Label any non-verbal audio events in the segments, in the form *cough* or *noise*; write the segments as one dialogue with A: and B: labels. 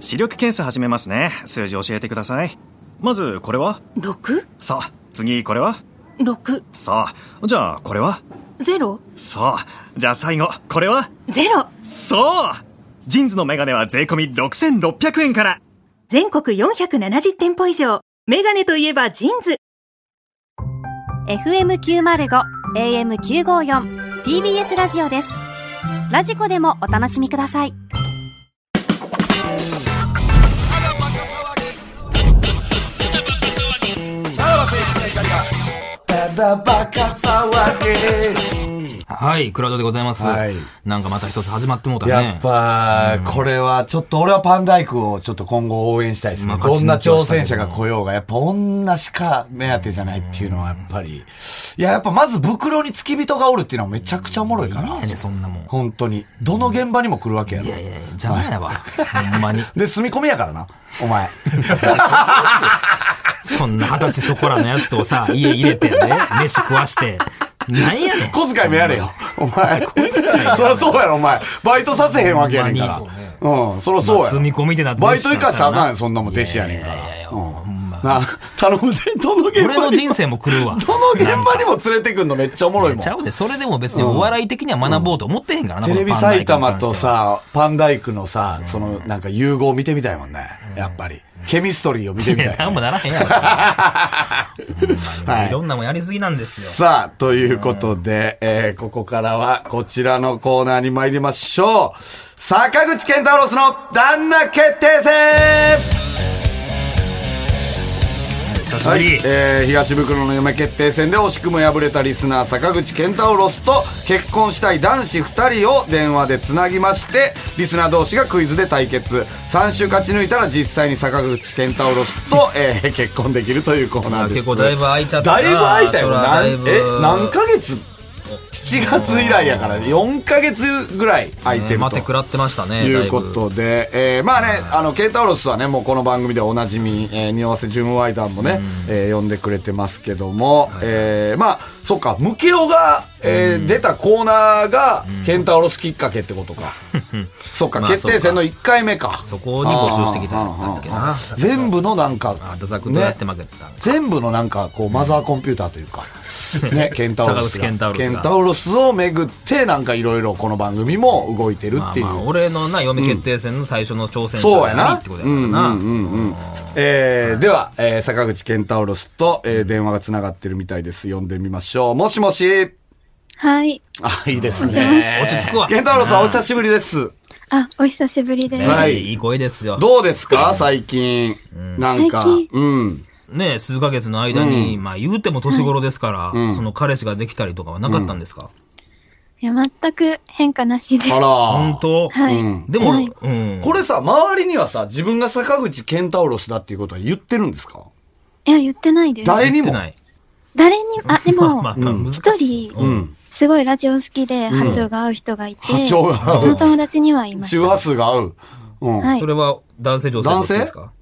A: 視力検査始めますね。数字教えてください。まず、これは
B: 6?
A: さあ、次、これは
B: 6
A: さあ、じゃあ、これは
B: ゼロ
A: さあ、じゃあ最後、これは
B: ゼロ
A: そうジンズのメガネは税込み6600円から
B: 全国470店舗以上メガネといえばジーンズ
C: FM905 AM954 TBS ラジオですラジコでもお楽しみください
D: はい、クラウドでございます。
E: はい
D: なんかまた一つ始まってもうたね。
E: やっぱ、これはちょっと俺はパンダイクをちょっと今後応援したいですね。
D: まあ
E: どんな挑戦者が来ようが、やっぱ女しか目当てじゃないっていうのはやっぱり。いや、やっぱまず袋に付き人がおるっていうのはめちゃくちゃおもろいか
D: いい
E: ら
D: や。ね、そんなもん。
E: 本当に。どの現場にも来るわけやろ
D: い。やいや、邪魔やわ。ほんまに。
E: で、住み込みやからな。お前。
D: そんな二十歳そこらのやつを
E: *laughs*
D: さ、家入れてね、飯食わして。なんやねん。
E: 小遣いもやれよ。お前。そりゃそうやろ、お前。バイトさせへんわけやねんか
D: ほんまに
E: ら。うん、そりゃそうや
D: まあ
E: ろ。
D: 住み込みってなって
E: バイト行かしたらあかん
D: 弟子
E: よ、そんなもん弟子やねんか
D: いやいやいや
E: ら。
D: ほんま
E: な、頼むで、どの現場に
D: 俺の人生も狂うわ。
E: どの現場にも連れてくんのめっちゃおもろいもん
D: ち。ゃうで、それでも別にお笑い的には学ぼうと思ってへんからな、
E: テレビ
D: このパン
E: 埼
D: ダイクに関
E: 玉
D: して
E: と
D: は。
E: さ、パンダイクのさ、そのなんか融合見てみたいもんね。やっぱり。ケミストリーを見て
D: い
E: み
D: や、
E: た
D: ないんも
E: ね。
D: ならへんやろ。ほんま
E: は
D: に
E: い
D: いろんなもんやりすぎなんですよ。
E: さあ、ということで、えー、ここからはこちらのコーナーに参りましょう。坂口健太郎スの旦那決定戦
D: 久しぶ
E: はい
D: り。、
E: えー東袋の嫁決定戦で惜しくも敗れたリスナー坂口健太郎ロスと結婚したい男子2人を電話でつなぎましてリスナー同士がクイズで対決3週勝ち抜いたら実際に坂口健太郎ロスと、えー結婚できるというコーナーです
D: 結構だいぶ空いちゃったな
E: だいぶ空いたよ
D: そら
E: な
D: だ
E: ん
D: いぶ
E: え何ヶ月7月以来やから4ヶ月ぐらい空いてると、
D: 待ってくらってましたね。
E: いうことで、えーまあね、あの、ケイタウロスはね、もうこの番組でおなじみ、えー、匂わせジュンワイダンもね、えー呼んでくれてますけども、えーまあ、そっか、ムケオが、えー出たコーナーが、ケンタウロスきっかけってことか。そっか、
D: *laughs* まあ
E: 決定戦の1回目か。
D: そこに募集してきてたんだっけ *laughs*
E: あーあーあ
D: な。
E: ー全部のなんか
D: あ、、ダザクとやって負けた。
E: 全部のなんかこうマザーコンピューターという
D: *laughs*
E: か、ね、ケンタウロス
D: 坂口ケンタ
E: が
D: ウロスが
E: ケンタウロスをめぐってなんかいろいろこの番組も動いてる
D: ま
E: っ
D: あ
E: ていう、
D: まあ、俺のな、嫁決定戦の最初の挑戦者
E: そうや
D: やな
E: な
D: ってことやからな。
E: えーでは、えー坂口健太郎と、えー電話がつながってるみたいです。呼んでみましょう。もしもし。
F: はい。
E: あ、いいです
D: ね落ち着くわ
E: 健太郎さん、お久しぶりです。
F: あ、お久しぶりです。
E: はい
D: ねいい声ですよ。
E: どうですか最近。なんか。
F: 最
E: うん。
D: ね数ヶ月の間に、まあ言うても年頃ですから、その彼氏ができたりとかはなかったんですか
F: いや、全く変化なしです。
E: あら。
D: 本当
F: はい。
D: でも、
F: はい
D: うん。
E: これさ、周りにはさ、自分が坂口健太郎だっていうことは言ってるんですか
F: いや、言ってないです。
E: 誰に
D: 言って
E: も。
D: ない。
F: 誰に
E: *laughs*
F: も、あ、で
D: まあ *laughs* ま
F: も
D: あ、まあ、難し
F: 一
D: い。
F: 人、すごいラジオ好きで、波長が合う人がいて、
E: 波長が合う
F: その友達にはいまし
E: 周波数が合う。うん。
F: た。は
D: そ
F: い
D: れ。は男性女性どっちですか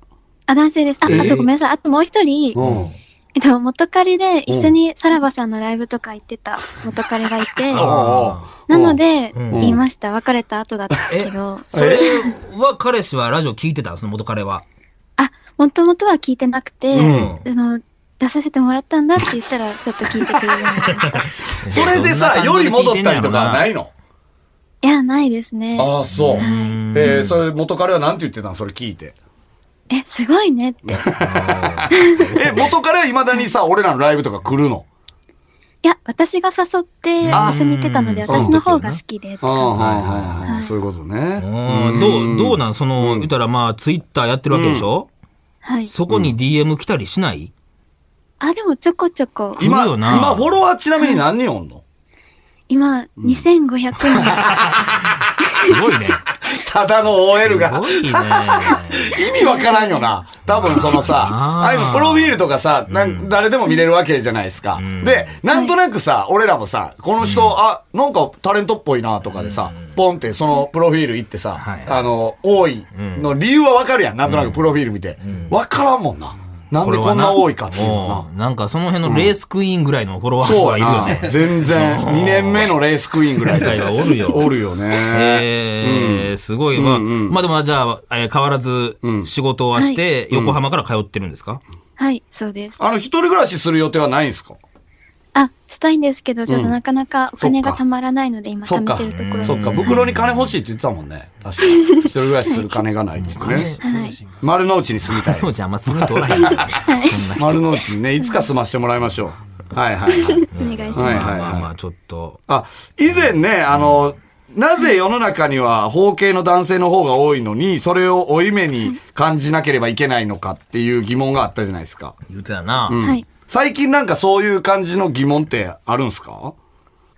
F: あ、男性です。あ、あとごめんなさい。あともう一人、
E: うん。
F: えっと、元彼で一緒にさらばさんのライブとか行ってた元彼がい
E: *laughs*
F: て、
E: おうお
F: な
E: う
F: ので、
D: ん
F: 言いました。別れた後だったけど、
D: それは彼氏はラジオ聞いてたその元彼は。
F: あ、もともとは聞いてなくて、
D: う
F: あの、出させてもらったんだって言ったら、ちょっと聞いてくれるようになりました。
E: それでさ、
D: ど
E: より
D: んな感情
E: 戻っ
D: で聞いて
E: た
D: ん
E: り
D: や
E: と
D: ろ
E: か
D: な
E: はないの
F: いや、ないですね。
E: ああ、そう。
F: は
E: えー、それ元彼はなんて言ってたのそれ聞いて。
F: い。え、すごい
E: *laughs*
F: ねって。い
E: え、元彼はいまだにさ、俺らのライブとか来るの。
F: や、私が誘って一緒に行ってたので、
D: うん
F: 私の方が好きで。
E: ああ、そういうことね。
D: うんどう、どうなんその、言ったらまあ、ツイッターやってるわけでしょ、
F: はい。
D: そこに DM 来たりしない、
F: あ、でもちょこちょこ。
E: 今、
D: 来るよな
E: 今フォロワーちなみに何人おんの
F: 今、2500人。
D: すごいね。
E: *laughs* ただの OL
D: す
E: が。
D: ごいね。
E: 意味わからんよな。多分そのさ、あ
D: *laughs* あー
E: あいうのプロフィールとかさ、なん誰でも見れるわけじゃないですか。で、なんとなくさ、俺らもさ、この人、あ、なんかタレントっぽいなとかでさ、ポンってそのプロフィール行ってさ、
D: はい
E: あの、多いの理由はわかるやん。なんとなくプロフィール見て。わからんもんな。なんでこんな多いかっていうのな
D: もうなんかその辺のレースクイーンぐらいのフォロワー数
E: そう
D: はい
E: や
D: るよ
E: な
D: ね。
E: 全然、
D: そう
E: 2年目のレースクイーンぐらい
D: 今
E: で
D: *laughs* 回はおるよ。
E: おるよね。
D: えーすごい。まあ、
E: うんうん
D: まあでも、じゃあ、えー変わらず
E: うん
D: 仕事はして、横浜から通ってるんですか、
F: はい、そうです。
E: あの、一人暮らしする予定はないんですか
F: あ、したいんですけど、ちょっと
E: うん
F: なかなかお金が貯まらないので、今
E: そっ
F: 貯
E: か
F: めてるところ
E: そっ
F: です。
E: か、袋に金欲しいって言ってたもんね。確かに。一人暮らしする金がないって言ってね。
F: *laughs* はい。
E: 丸の内に住み
F: *laughs*
E: たい。
D: 当時あんまする人おらへんからね。そんな人
E: 丸の内にね、いつか住ましてもらいましょう。はいはいはい。
F: お願いします。
E: はい
D: まあまあまあ、ちょっと。
E: あ、以前ね、あの、なぜ世の中には包茎の男性の方が多いのに、それを負い目に感じなければいけないのかっていう疑問があったじゃないですか。
D: 言うてたな。
F: はい。
E: 最近なんかそういう感じの疑問ってあるんすか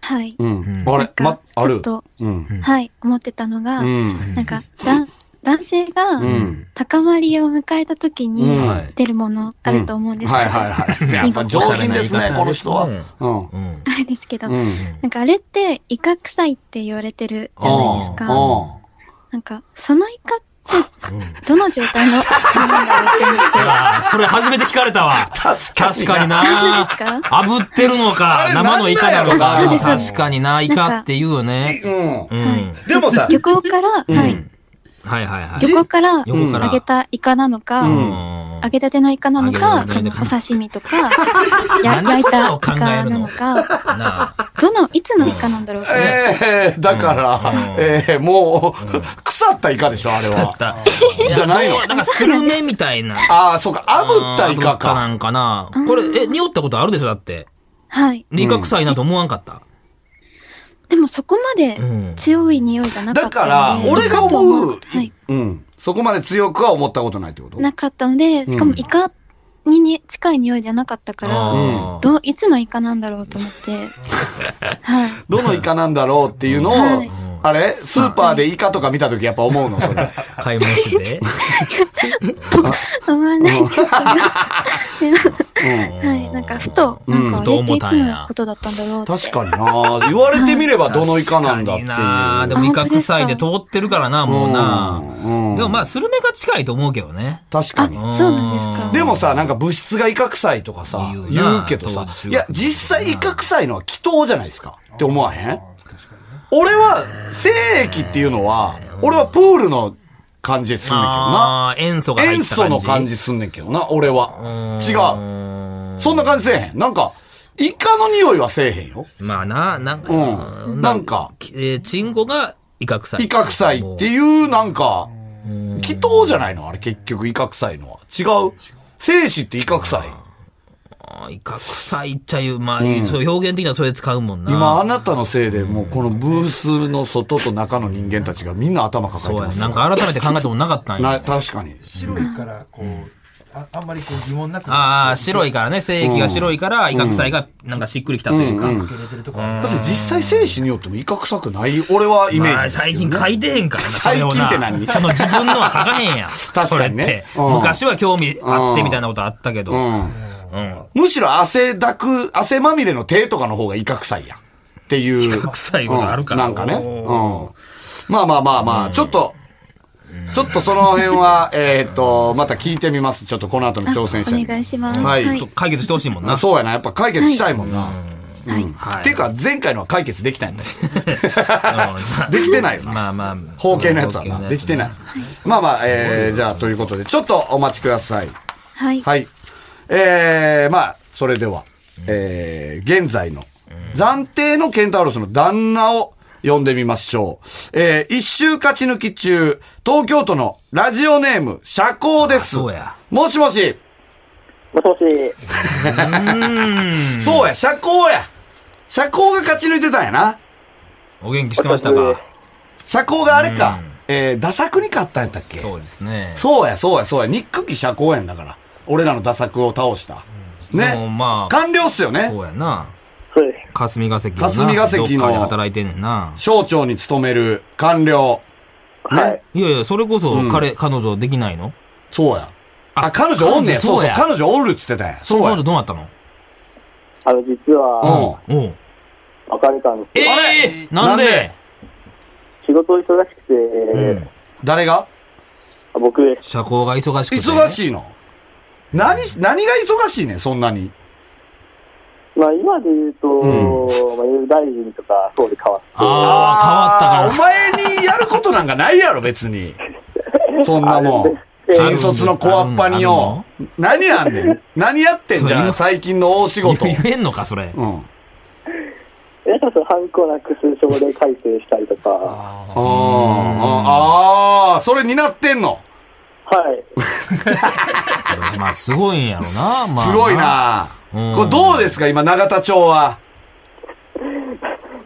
F: はい。
E: うん。あ
F: なん
E: れ、ま
F: か、
E: あ
F: ずっ
E: る。
F: と、
E: うん。
F: はい、思ってたのが、
E: うん
F: なんか、だ男性が
E: ん
F: 高まりを迎えた時に
E: うん
F: 出るものあると思うんですけ
E: はい
F: ど、
E: はい
F: *laughs*
E: はい。やっぱ上品ですね、この人は。う
D: うん。
F: あれですけど、
E: ん。うん。
F: なんかあれってイカ臭いって言われてるじゃないです
E: う
F: か。
E: んうん
F: なんか、そのイカって、どの状態のもの
D: いや
F: だろうって思
D: ーそれ初めて聞かれたわ。
E: *laughs* 確かに
D: 確かにな。
F: ですか
D: *laughs* 炙ってるの
E: あ
D: か、
E: れ
D: 生のイカなの
E: なん
F: なん
D: か。
F: やろな
D: 確かにな、イカって言うよね。
E: うん
D: うん。
F: はい
E: でもさ
F: *laughs* う。、漁港から、はい。
D: はいはいはい。
F: 漁港から
D: 横から
F: 揚げたイカなのか、
D: うん
F: 揚げたてのイカなの
D: 揚
F: か、
D: げたて
F: そ
D: の
F: の
D: イ
F: お
D: カ
F: 刺身とか、
D: な
F: や
D: んで
F: 焼い
D: そんなの
F: たイ
D: 考
F: カ
D: えるの
F: なのか、
D: なあ。
F: どの、いつのイカなんだろうって。
E: ええだから
D: うん、
E: ええもう、腐ったイカでしょ、あれ
D: だっ
E: は。
D: *laughs* た。
E: じゃないの
D: やどうなんかスルメみたいな。
E: ああ、そうか、炙ったイ
D: 炙
E: カ
D: ったな
E: か。
D: んかな。これ、え、匂ったことあるでしょだって。
F: はい。
D: イカ臭いなと思わんかった。
F: でもそこまで
D: うん
F: 強い匂いじゃなか
E: だ
F: っ
E: か
F: たので。
E: ら、俺が思う
F: はい。、
E: うん。そこまで強くは思ったことないってこと
F: なかったので、しかもイカにに近い匂いじゃなかったから、
D: あー
F: どういつのイカなんだろうと思って。はい。
E: どのイカなんだろうっていうのを
F: はい、
E: あれスーパーでイカとか見たときやっぱ思うのそ
F: *laughs*
E: れ。
D: 買い物
E: *laughs*
D: して。
F: 思わないんですけど。
D: うん
F: はい。なんかふと、なんかあれっていつのことだったんだろうって。
E: 確かにな言われてみればどのイカなんだっていう。
D: 確かになでもイカ臭いで通ってるからな、もうな。
E: うん
D: でもまあ、スルメが近いと思うけどね。
E: 確かに。
F: あ、そうなんですか。
E: でもさ、なんか物質がイカ臭いとかさ、
D: 言うな
E: 言うけどさ
D: 当時中学、生
E: いや、実際イカ臭いのは祈祷じゃないですかって思わへん俺は、精液っていうのは、俺はプールの感じすんねんけどな。
D: ああー、塩素が入
E: 塩
D: った感
E: 素
D: じ。
E: の感じすんねんけどな、俺は。違う。
D: う
E: そんな感じせえへん。なんか、イカの匂いはせえへんよ。
D: ん。まあな、なんか、
E: うん。なんか、
D: えーチンコがイカ臭い。
E: イカ臭いっていう、なんか、祈祷じゃないのあれ結局イカ臭いのは。違う。精子ってイカ臭い。
D: あーイカ臭いっちゃいう、まあ、そう表現的にはそれ使うもんな。
E: 今あなたのせいでもうこのブースの外と中の人間たちがみんな頭抱え
D: そ
E: て
D: うや
E: ま
D: ね
E: す
D: なんか改めて考えてもなかったん
E: な
D: や。
E: 確かに
G: 白いからこうああんまりこう疑問なく
D: ああ、白いからね、精液が白いから、イカ臭いがなんかしっくりきたというか。
E: だって実際精子によってもイカ臭くない俺はイメージ
D: まあ
E: です
D: 最近書いてへんからな、そ
E: 最
D: れ
E: 近
D: をな。
E: って何
D: その自分のは書かへんやん。
E: *laughs* 確かにね
D: それって
E: うん
D: 昔は興味あってみたいなことあったけど。
E: うんむしろ汗だく汗まみれの手とかの方がイカ臭いやんっていうイカ
D: 臭いことあるから
E: なんかね、
D: お
E: うん、まあまあまあまあ、ちょっとちょっとその辺は、えっと、また聞いてみます。ちょっとこの後の挑戦者
F: あ
E: に。
F: お願いします。
E: はい
D: ちょっと解決してほしいもん
E: *laughs*
D: な。
E: あそうやな。やっぱ解決したいもんな。
F: はい
E: うんっていうか、前回のは解決できないんだよ。
D: うん
E: できてないよな。
D: *laughs* まあまあ。
E: 包茎のやつは
D: 包茎
E: な
D: のやつね
E: できてない。まあまあ、えー、じゃあ、ということで、ちょっとお待ちください。
F: はい。
E: はい。えー、まあ、それでは、えー、現在の、暫定のケンタウロスの旦那を呼んでみましょう。えー、一周勝ち抜き中、東京都のラジオネーム、社交です。
D: あそうや
E: もしもし。
H: もしもし、
E: そうや、社交や。社交が勝ち抜いてたんやな。
D: お元気してましたか
E: 社交があれか、えー、ダサくに勝ったんやったっけ
D: そうですね。
E: そうや、そうや、そうや。ニックキ社交やんだから。俺らのダサ作を倒した。
D: でも
E: ね。
D: まあ、
E: 完了っすよね。
D: そうやな。
H: そうです。
D: 霞が関のな
E: 霞が関の
D: どっかで働いてんねんな。
E: 省庁に勤める官僚。
H: はい
E: ね。
D: いやいや、それこそ彼、彼女できないの
E: そうや。
D: あ
E: あ、彼女おんねん。
D: 彼女
E: そうそ
D: そう
E: う
D: や。
E: 彼女おるっつってたやん。
D: そ
E: そ
D: の
E: う
D: 彼
E: や
D: 女。どうなったの
H: あの、実は、
E: う
D: おう
H: 別れたん
D: え
H: ですけど、
D: えなんで
H: 仕事忙しくて、
E: ん。誰が
H: 僕、
D: 社交が忙しくて。
E: 忙しいの。何し、何が忙しいねんそんなに。
H: まあ今で言うと、まあ、大臣とか総理変わって、 *laughs*
D: ああ、変わったか
E: あーお前にやることなんかないやろ、別に。そんなもん。新卒の小っぱによ。何やんねん。何やってんじ
D: そ
E: ゃ
D: うい
E: ん、
D: う
E: 最近の大仕事。
D: ら。言えんのか、それ。
E: うん。
H: えそのハンコなくす症例改正したりとか、は
E: あーあー、それ担ってんの。
H: い。
D: まあ、すごいんやろな。
E: *laughs*
D: まあ、
E: すごい。な。
D: うん
E: これどうですか、今、永田町は。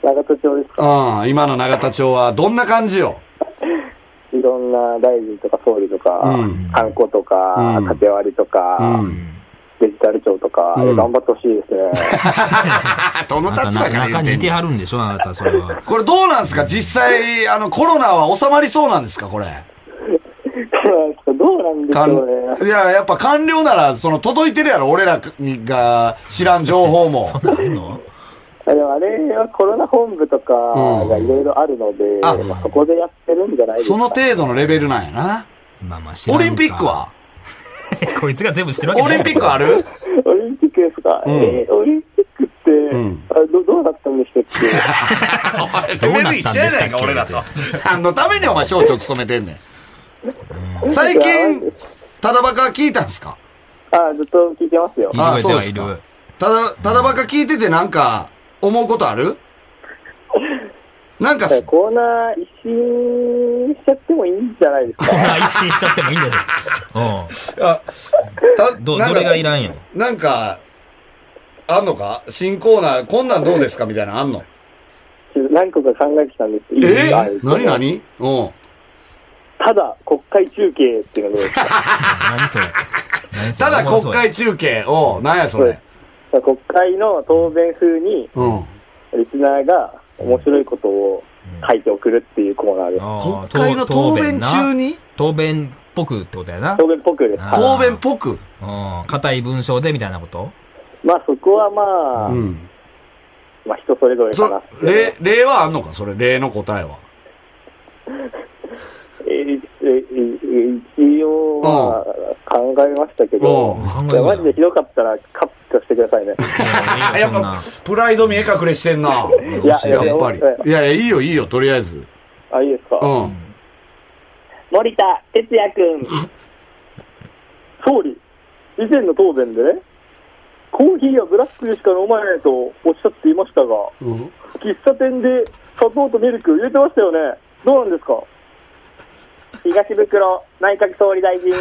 H: 長田町ですか
E: うん、今の永田町は、どんな感じよ。
H: いろんな大臣とか総理とか、
E: うん
H: ハンコとか、
E: うん
H: 縦割りとか、
E: うん。
H: デジタル庁とか、
E: うん
H: え頑張ってほしいですね。
E: *laughs* あ、どの
D: あなた
E: 立場から
D: 中
E: 言うてん
D: にいて
E: の
D: はるんでしょ、あなた、それは。
E: これどうなんですか実際、あの、コロナは収まりそうなんですかこれ。
H: どうなんでし
E: かん
H: ょうね。
E: いや、やっぱ官僚なら、その、届いてるやろ俺らが知らん情報も。
D: *laughs* そんなんあんの
H: でもあれはコロナ本部とかがいろいろあるので、
E: あ
H: まあ、そこでやってるんじゃないですか。
E: その程度のレベルなんやな。
D: まあまあ、知らん
E: オ
D: か
E: リンピックは
D: *laughs* こいつが全部知ってるわけ
E: オ
D: ない
E: リンピックあ
D: *laughs*
E: る
H: オリンピックですか、
E: うん
H: えーオリンピックって、
E: ん
H: あどどうだったんでしたっけ
D: どうなったんでしたっけ
E: 俺らと。何のためにお前、省庁務めてんねん。最近、ただバカ聞いたんすか
H: あずっと聞いてますよ。
D: いるいては
E: あ
D: い
E: そうで
D: る。
E: ただ、ただバカ聞いててなんか、思うことあるなんかす、
H: コーナー一新しちゃってもいいんじゃないですか
D: こんな一新しちゃってもいいんだよ。う
E: あた
D: ん。ど、
E: なん
D: ど
E: か
D: れがいらんよ。
E: なんか、あんのか新コーナー、こんなんどうですかみたいなのあんの
H: 何個か考えてきたんです
E: え
H: なに
E: 何何うん。
H: ただ、国会中継っていうのどうですか
D: 何それ。何そ
E: ただ
D: れ
E: 国。会中継。おう、なんやそれ。
H: 国会の答弁風に、
E: うん。
H: リスナーが面白いことを書いて送るっていうコーナーです。
D: あー
E: 国会の答弁
D: な
E: 中に
D: 答弁っぽくってことやな。
H: 答弁っぽくです。
D: あ
E: 答弁っぽく。
D: うん。硬い文章でみたいなこと
H: まあ、そこはまあ、
E: ん。
H: まあ、人それぞれかな
E: そ
H: って。、
E: 例、例はあんのかそれ、例の答えは。
H: えーえーえー一応は考えましたけど
E: うん、
H: いやマジでひどかったらカットしてくださいね。
D: い
E: や
D: やい
E: っ
D: やそんな
E: ぱ、プライド見え隠れしてんな。
H: いや、い
D: 教
H: や、
D: えて
E: やっぱり。いやいや、いいよ、いいよ、とりあえず。
H: あ、いいですか。
E: うん。
H: 森田哲也君。総理、以前の答弁でね、コーヒーやブラックでしか飲まないとおっしゃっていましたが、
E: うん
H: 喫茶店で砂糖とミルク入れてましたよね。どうなんですか東袋内閣総理大臣。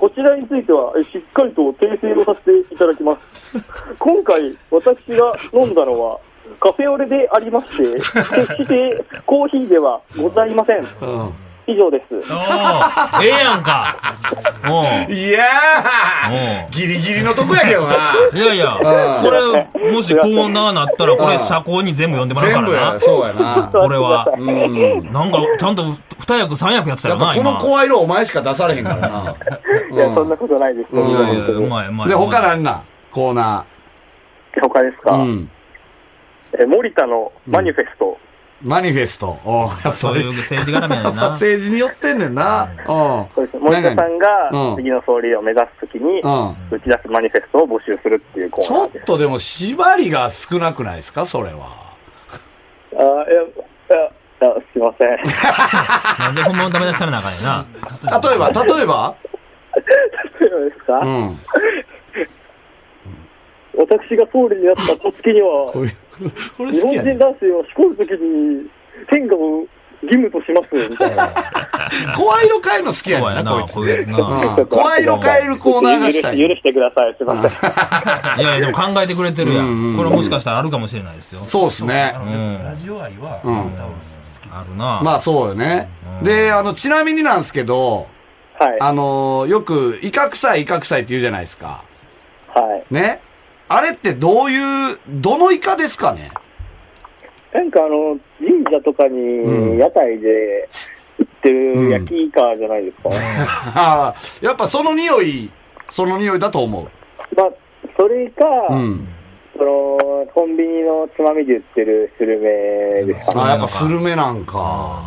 H: こちらについては、えしっかりと訂正をさせていただきます。今回、私が飲んだのは、カフェオレでありまして、決してコーヒーではございません。以上です。
D: おーええやんか。おー
E: いや
D: う
E: ーギリギリのとこやけど
D: *laughs*
E: な。
D: いやいや、これ、もしコーナーなったら、これ、社交に全部読んでもらう
E: 全
D: か
E: 部
D: ら
E: や、
D: な。
E: そうやな。
D: これは。
E: うん。
D: なんか、ちゃんと二役、三役やってた
E: やっ
D: よ
E: ぱ
D: な、
E: こ
D: 今。
E: の声色お前しか出されへんからな。
H: *laughs* *laughs* いや、そんなことないです。
E: うん
D: いやいや、うまい、うまい。
E: で、他なんなんコーナ
H: 他ですか、
E: ー。うん。
H: え森田のマニフェスト。
E: マニフェスト。おうやっ
D: そういう政治絡みや
E: ぱ
D: ね
E: *laughs*
D: んな。
E: 政治に寄ってんねんな。
H: そうです森田さん
E: うん
H: が次の総理を目指すときに、
E: うん。
H: 打ち出すマニフェストを募集するっていうコ
E: ち
H: ーナ
E: ょ
H: ー
E: っ
H: です。
E: とでも縛りが少なくないですかそれは。
H: あいやいやいやすいません。
D: なんで本物ダメ出しされなあかんやな。
E: 例えば、例えば
H: そうですか、
E: うん。
H: 私が総理になった暁には、
E: これ、 *laughs* これ
H: 日
E: 好
H: 本
E: きやね
H: 人男性をしこるときに、天下を義務としますみたいな。
E: 声色変えるの好きや
D: そう
E: ね
D: や
E: んな、こ
D: な、
E: いつ。
D: こ
E: う
D: ういうな。
E: ん声色変えるコーナーがした
H: 許し許 *laughs*
E: い。
H: してください。すいません。
D: いやいや、でも考えてくれてるやん。これもしかしたらあるかもしれないですよ。
E: そうっすね
G: あ。の
D: うん
G: ラジオ愛は、
E: うん
G: 多分好き
D: あるな。
E: まあそうよね。で、あの、ちなみになんですけど、
H: はい。
E: あのよく、威嚇祭、威嚇祭って言うじゃないですか。
H: はい。
E: ね。あれってどういう、どのイカですかね
H: なんかあの、神社とか
E: うん
H: に屋台で売ってる焼きイカじゃないですか。
E: ああ、 *laughs* やっぱその匂い、その匂いだと思う。
H: まあ、それか、
E: うん。
H: その、コンビニのつまみで売ってるスルメですか
E: あ、やっぱスルメなんか。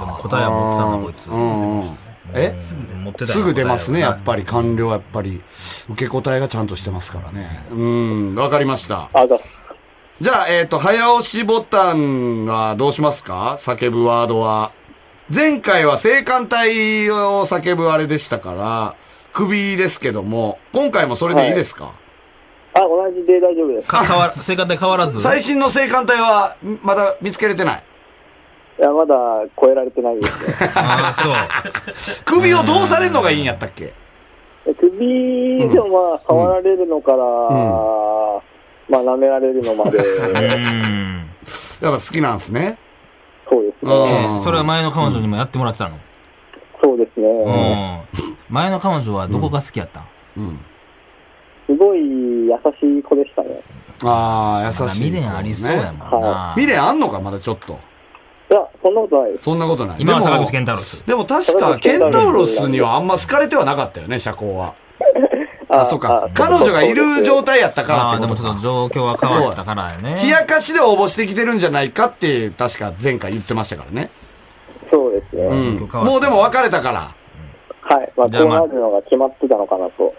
D: でも答えは持ってたな、こいつ。
E: うんうん。え
D: すぐ持ってた
E: すぐ出ますね、やっ
D: ぱ
E: ぱり官僚はやっぱり、受け答えがちゃんとしてますからね。うん、わかりました。
H: あざ
E: じゃあ、えっ、と、早押しボタンはどうしますか叫ぶワードは。前回は性感帯を叫ぶあれでしたから、首ですけども、今回もそれでいいですか、
H: あ同じで大丈夫です
D: か変わら生活で変わら
E: *laughs*
D: ず
E: 最新の性感帯は、んまだ見つけれてない。
H: いやまだ超えられてないですね
D: ああそう
E: 首をどうされるのがいいんやったっけ
H: 首でもまあ触られるのから、まあ舐められるのまで
D: うん
E: やっぱ好きなんですね。
H: そうですね
E: うん。
D: それは前の彼女にもやってもらってたの
H: そうですね、
D: うん前の彼女はどこが好きやったん
E: うん。
H: すごい優しい子でしたね
E: ああ、優しい、
D: まだ未練ありそうや
E: ん。
D: もんな
E: 未練あんのかまだちょっと。
H: いやそんなことないです
E: そんなことない。
D: 今は
E: でも
D: 坂口健太郎です
E: でも確か、ケンタウロスにはあんま好かれてはなかったよね、社交は。あ、そうか。彼女がいる状態やったから
D: あ
E: っ
D: あ
E: て
D: で
E: こ
D: も
E: と
D: ちょ
E: か
D: っと。状況は変わったからやね
E: 冷やかしで応募してきてるんじゃないかって、確か前回言ってましたからね。
H: そうですね、
E: う
D: 状
E: ん。
D: 況変わった
E: もうでも別れたから。
H: はい、まあ、
D: じゃあ
H: こう
D: まあ
H: なるのが決まってたのかなと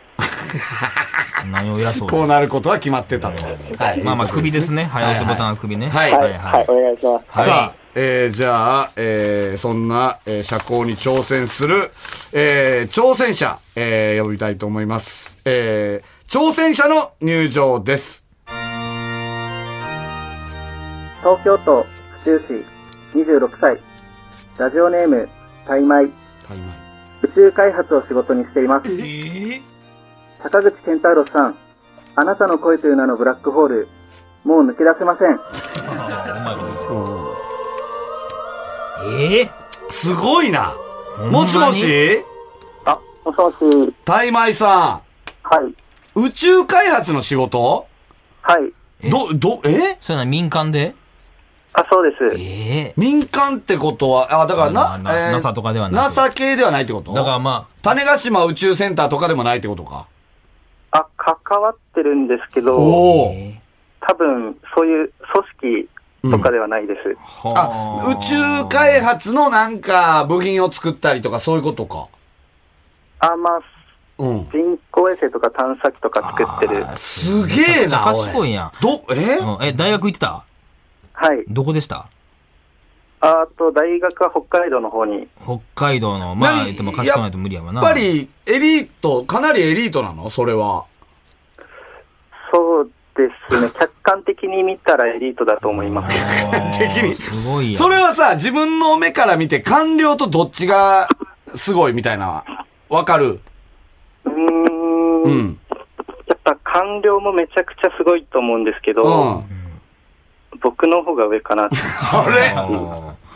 D: 何を偉そうに
E: こうなることは決まってたと。はい。。
D: まあまあ首ですすね早押しボタンは首ね
E: はい
H: はい、
E: は
H: はいお願いします
D: はい
E: さあ、えーじゃあ、えーそんな、えー社交に挑戦する、えー挑戦者、えー呼びたいと思います。えー挑戦者の入場です。
H: 東京都府中市26歳ラジオネームタイマイ
E: タイマイ
H: 宇宙開発を仕事にしています坂口健太郎さんあなたの声という名のブラックホールもう抜け出せません
D: ええ
E: すごいな。
D: んまに
E: もしもし
H: あもしもし
E: タイマイさ
H: はい
E: ん、宇宙開発の仕事
H: はい
E: ど、ど、え
D: そういうの民間で
H: あそうです
D: ええ
E: 民間ってことは、あ、だから
D: まあ
E: な、
D: な NASA とかではなく
E: NASA 系ではないってこと
D: だからまあ
E: 種子島宇宙センターとかでもないってことか。
H: あ関わってるんですけ
E: おお。
D: ええ
H: 多分そういう組織とかではないです、
E: あ、
D: は
E: 宇宙開発のなんか部品を作ったりとかそういうことか。
H: あまあ
E: うん。
H: 人工衛星とか探査機とか作ってる
E: すげえ
D: めちゃ
E: な。
D: くちゃ賢
E: おい。
D: いやん
E: ど、え
D: うんえ大学行ってた
H: はい
D: どこでした
H: あと大学は北海道の方に
D: 北海道のまあ
E: 何
D: 言っても賢くないと無理やわな
E: やっぱりエリート、かなりエリートなのそれは。
H: そうで
E: *laughs*
H: すね客観的に見たらエリートだと思います
E: 的に
D: すごいやん
E: それはさ、自分の目から見て官僚とどっちがすごいみたいな、わかる
H: うーん、
E: うん。うんん。
H: やっぱ官僚もめちゃくちゃすごいと思うんですけど、
E: あ
H: 僕の方が上かな
E: *laughs*
H: って。
E: れ
D: あ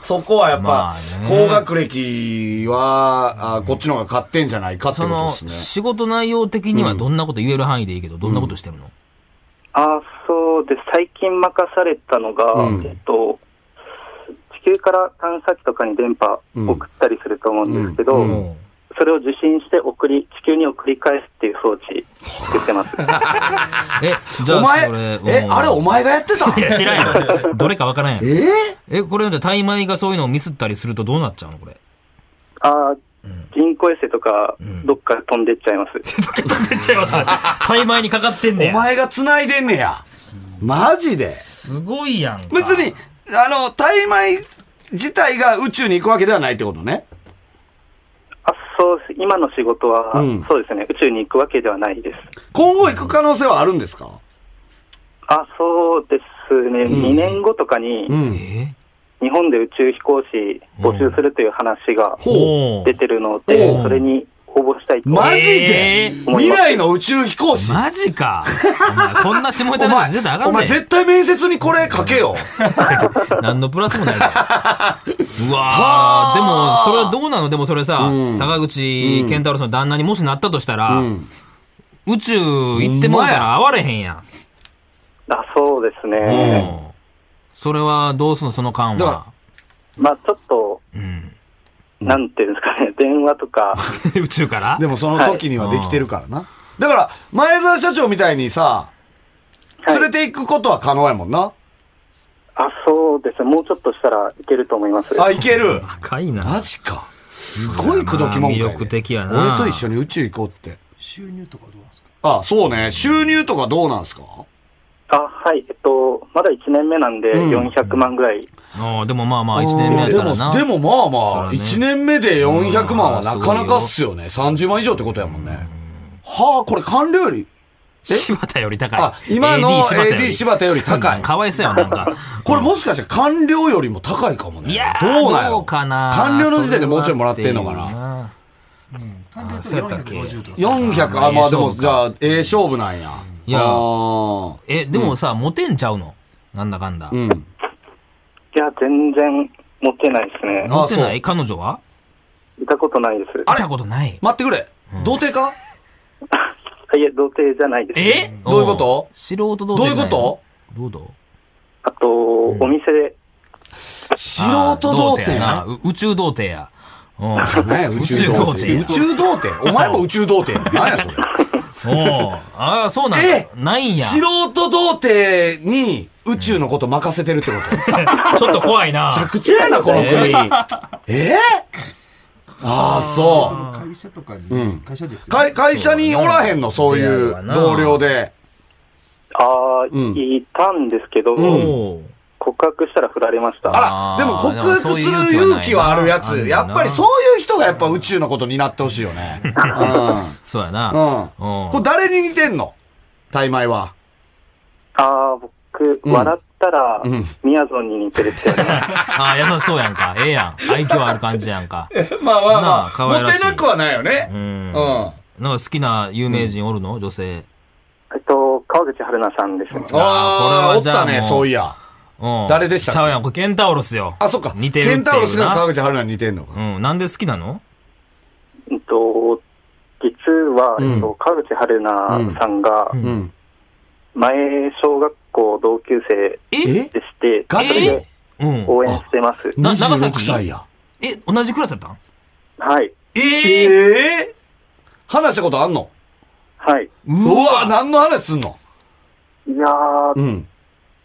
E: そこはやっ
D: ま
E: ぱ
D: あね、
E: 高学歴は、あこっちの方が勝ってんじゃないか
D: ー
E: って
D: そ
E: こ
D: の
E: とですね。
D: 仕事内容的にはどんなこと言える範囲でいいけどどんなことしてるの
H: あそうです。最近任されたのが、
E: うん
H: えっと、地球から探査機とかに電波
E: うん
H: 送ったりすると思うんですけど、
E: うん
D: うん
H: それを受信して送り、地球に送り返すっていう装置作っ
E: *laughs*
H: てます。
D: えじゃ
E: お
D: あ
E: 前
D: それ、
E: え
D: う、ん
E: あれお前がやってた
D: いや知らんよどれかわからんやん
E: えー
D: えこれでタイマイがそういうのをミスったりするとどうなっちゃうのこれ
H: あ人工衛星とか、どっか飛んでっちゃいます。
D: 出ちゃいますタイマイにかかってんね
E: お
D: や
E: 前が繋いでんねや。マジです
D: ごいやんか
E: 別に、あの、大米自体が宇宙に行くわけではないってことね。
H: あそうです今の仕事は、
E: うん
H: そうですね、宇宙に行くわけではないです。
E: 今後行く可能性はあるんですか
H: あ、そうですね。2年後とかに
E: う、ん。
D: え
H: 日本で宇宙飛行士募集するという話が
D: ほう
H: 出てるので、
D: おう
H: それに応募したいと思いま
E: マ
H: す。
E: ジで、
D: えー
E: 未来の宇宙飛行士
D: マジかお前こんな下ネ
E: お
D: タなん
E: 前
D: て出たらあ、か
E: お
D: んね
E: 前絶対面接にこれかけよ。
D: 何のプラス
E: *laughs*
D: もないから。うわ
E: はあ
D: ーでも、それはどうなのでもそれさ、
E: うん
D: 坂口健太郎さんの旦那にもしなったとしたら、
E: うん
D: 宇宙行ってもうたら会われへんやん。
H: あそうです
D: う
H: ね。
D: んそれはどうすんの、その間
E: だ
D: は
E: か。
H: まあちょっと、
D: うん、
H: なんていうんですかね、電話とか、
D: *laughs* 宇宙から
E: でもその時にはできてるからな。だから、前澤社長みたいにさ、
H: はい
E: 連れて行くことは可能やもんな。
H: あ、そうですね。もうちょっとしたらいけると思います。
E: あ、行ける。
D: 赤いな。
E: マジか。すごい口説き文句や
D: まあ魅力的や
E: ね
D: な
E: 俺と一緒に宇宙行こうって。
G: 収入とかどうなんですか
E: あ、そうね。収入とかどうなんすか
H: あ、はい。えっと、まだ1年目なんで、
E: うん
H: 400万ぐらい。
D: ああ、でもまあまあ、1年目やったらな。
E: でも、でもまあまあ、
D: そらね
E: 1年目で400万はなかなかっすよね。30万以上ってことやもんね。はあ、これ官僚より、
D: 柴田より高い。
E: あ今の AD 柴
D: 柴
E: 田
D: 田
E: よ
D: よ
E: り
D: り
E: 高い
D: かわいそうやん、なんか。
E: これもしかして官僚よりも高いかもね。
D: いやー
E: どうなんやろ
D: どうかな
E: 官僚の時点でもうちょいもらってんのかな。
D: な。
G: 単
D: あそうやったっけ
G: 450とか。
E: 400、あ、
D: ま
E: ま
D: あ
E: あでも、
D: ええ勝負か
E: じゃあ、ええ勝負なんや。
D: いや
E: あー
D: え、でもさ、モテんちゃうのなんだかんだ
E: う。ん。
H: いや、全然持ってないですね。
D: モテな
E: そう
D: い彼女は
H: 見たことないです。
E: あ
D: 見
E: れ
D: たことない。
E: 待ってくれ。童貞か
H: いや、童貞じゃないです。
D: え
E: どういうこと
D: 素人どう
E: どういうこと
D: どうだ
H: あと、お店で、
E: 素人童貞な。
D: あー童貞やなう宇宙童貞や。うん。
E: ね *laughs* 宇宙童貞。宇
D: 宇宙
E: 宙童貞お前も宇宙童貞 *laughs* なんやそれ。
D: おうああ、そうなん
E: え
D: だ。ないんや。
E: 素人童貞に宇宙のこと任せてるってこと。め
D: ちょっと怖いな。
E: ちゃくちゃやな、この国
D: え。
E: ええああ、そ
G: 会社とかに、
E: うん
G: 会社です
E: う。
G: よ、ね。
E: 会、会社におらへんの、そういう同僚で。
H: ああ、
E: うん
H: いたんですけど、
D: おう
H: 告白したら振られました。
E: あら、
D: あー
E: でも克服する勇気はあるや
D: でもそ
E: つ。
D: ういう勇気はないな
E: やっぱりそういう人がやっぱ宇宙のことになってほしいよ
D: *laughs*
E: ね。
D: そうや
E: う
D: な。
E: ん。うん。
D: う
E: こ
D: ん
E: れ誰に似てんの大米は。
H: ああ、僕、
E: うん
H: 笑ったら、
E: うん
H: みやぞんに似てるって言われ
E: *laughs*
H: ました。
D: ああ、優しそうやんか。ええやん。愛嬌ある感じやんか。
E: *laughs* まあまあ
D: なあ
E: ま
D: 可
E: あ、
D: 愛
E: モ
D: らし
E: テ
D: い
E: なくはないよね。
D: う。
E: うんん。
D: なんか好きな有名人おるの女性。
H: えっと、川口春奈さんですね。
E: ああ
D: こ
E: ー、
D: れ
E: お
D: は
E: っ
D: じゃ
E: た
D: あ
E: ね、
D: もう
E: そういや。
D: うん。
E: 誰でしたっけ
D: ちゃうやん。これケンタウロスよ。
E: あ、そっか。
D: 似てるってい
E: ケン
D: うな。
E: タウロスが川口春奈に似てんのか。
D: うん。なんで好きなの
H: えっと、実は、
E: うん
H: えっと、川口春奈さんが、
D: うん
E: うん。
H: 前、小学校同級生
E: え
H: でして、
E: ガチで
H: で
D: うん。
H: 応援してます。
D: な長
E: 26
D: 崎
E: 歳や。
D: え、同じクラスやったん
H: はい。
E: ええ話したことあんの
H: はい。
E: うわ、何の話すんの
H: いやー、
E: うん。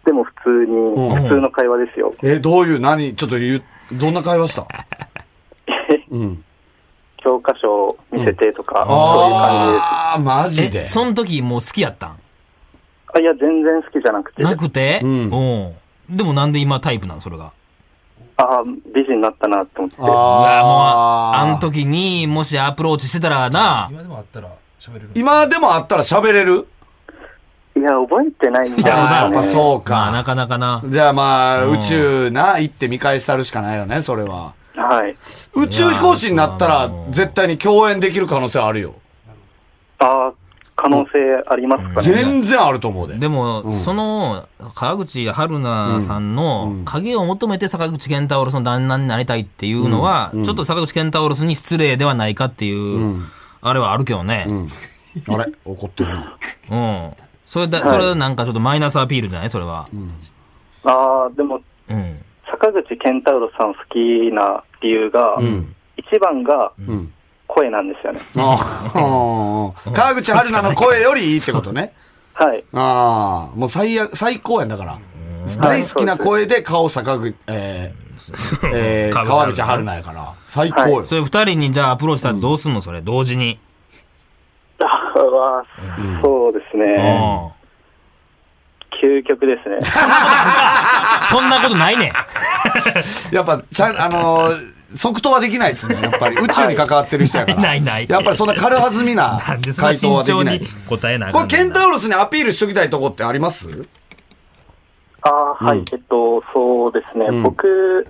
H: でも普通に、
E: うん
H: 普通の会話ですよ。
E: え、どういう、何、ちょっと言う、どんな会話したうん。
H: 教科書を見せてとか、そういう感じです。
E: ああ、マジで
D: え、。その時もう好きやったん
H: あいや、全然好きじゃなくて、
D: なくて
E: う
D: うんん。でもなんで今タイプなのそれが。
H: ああ、美人になったなって思って。
D: う
E: あ
D: わ、もう、
E: ー
D: あの時にもしアプローチしてたらな、
G: 今でもあったら喋れるんですか
E: 今でもあったら喋れる
H: いや、覚えてないんだよ
E: いや、やっ
H: ね。
E: ぱそう
D: まあ
E: か。
D: なかなかな。
E: じゃあまあ、
D: うん
E: 宇宙な、行って見返したるしかないよね、それは。
H: はい。
E: 宇宙飛行士になった
D: いや
E: ら
D: ー、
E: 絶対に共演できる可能性あるよ。
H: ああ、可能性ありますかね。
E: 全然あると思うで。
D: でも、
E: うん
D: その、川口春奈さん
E: うんう
D: の
E: ん、
D: 影を求めて坂口健太郎の旦那になりたいっていうのは、
E: うんうん
D: ちょっと坂口健太郎に失礼ではないかっていう、
E: うん。
D: あれはあるけどね。
E: うん。あれ怒ってるな。
D: うん。それだ、それはなんかちょっとマイナスアピールじゃないそれは。
H: ああ、でも、
D: うん。
H: 坂口健太郎さん好きな理由が、
E: うん。
H: 一番が
E: うん。
H: 声なんですよね。
E: ああ。川口春奈の声よりいいってことね。
H: はい。 *laughs*
E: ああ。もう最悪、最高やんだから。大好きな声で顔坂口、えー、えー、川口春奈やから。最高よ。
D: それ二人にじゃあアプローチしたらどうすんのそれ、同時に。
H: ああ、そうですね。
D: うん。
H: 究極ですね。
D: そんなことないねん。
E: やっぱ、ちゃん、あのー即答はできないですね。やっぱり宇宙に関わってる人やから。
D: ないない
E: やっぱりそんな軽はずみな
D: なん *laughs* でそんな
E: 回
D: 慎
E: 答はでき
D: 重
E: ない
D: に
E: です。
D: 答えなあ
E: こ
D: か
E: れ、
D: ん
E: ケ
D: ねん
E: ン
D: な
E: タウロスにアピールしときたいとこってあります
H: ああ、はい、えっと、そうですね。
E: うん
H: 僕、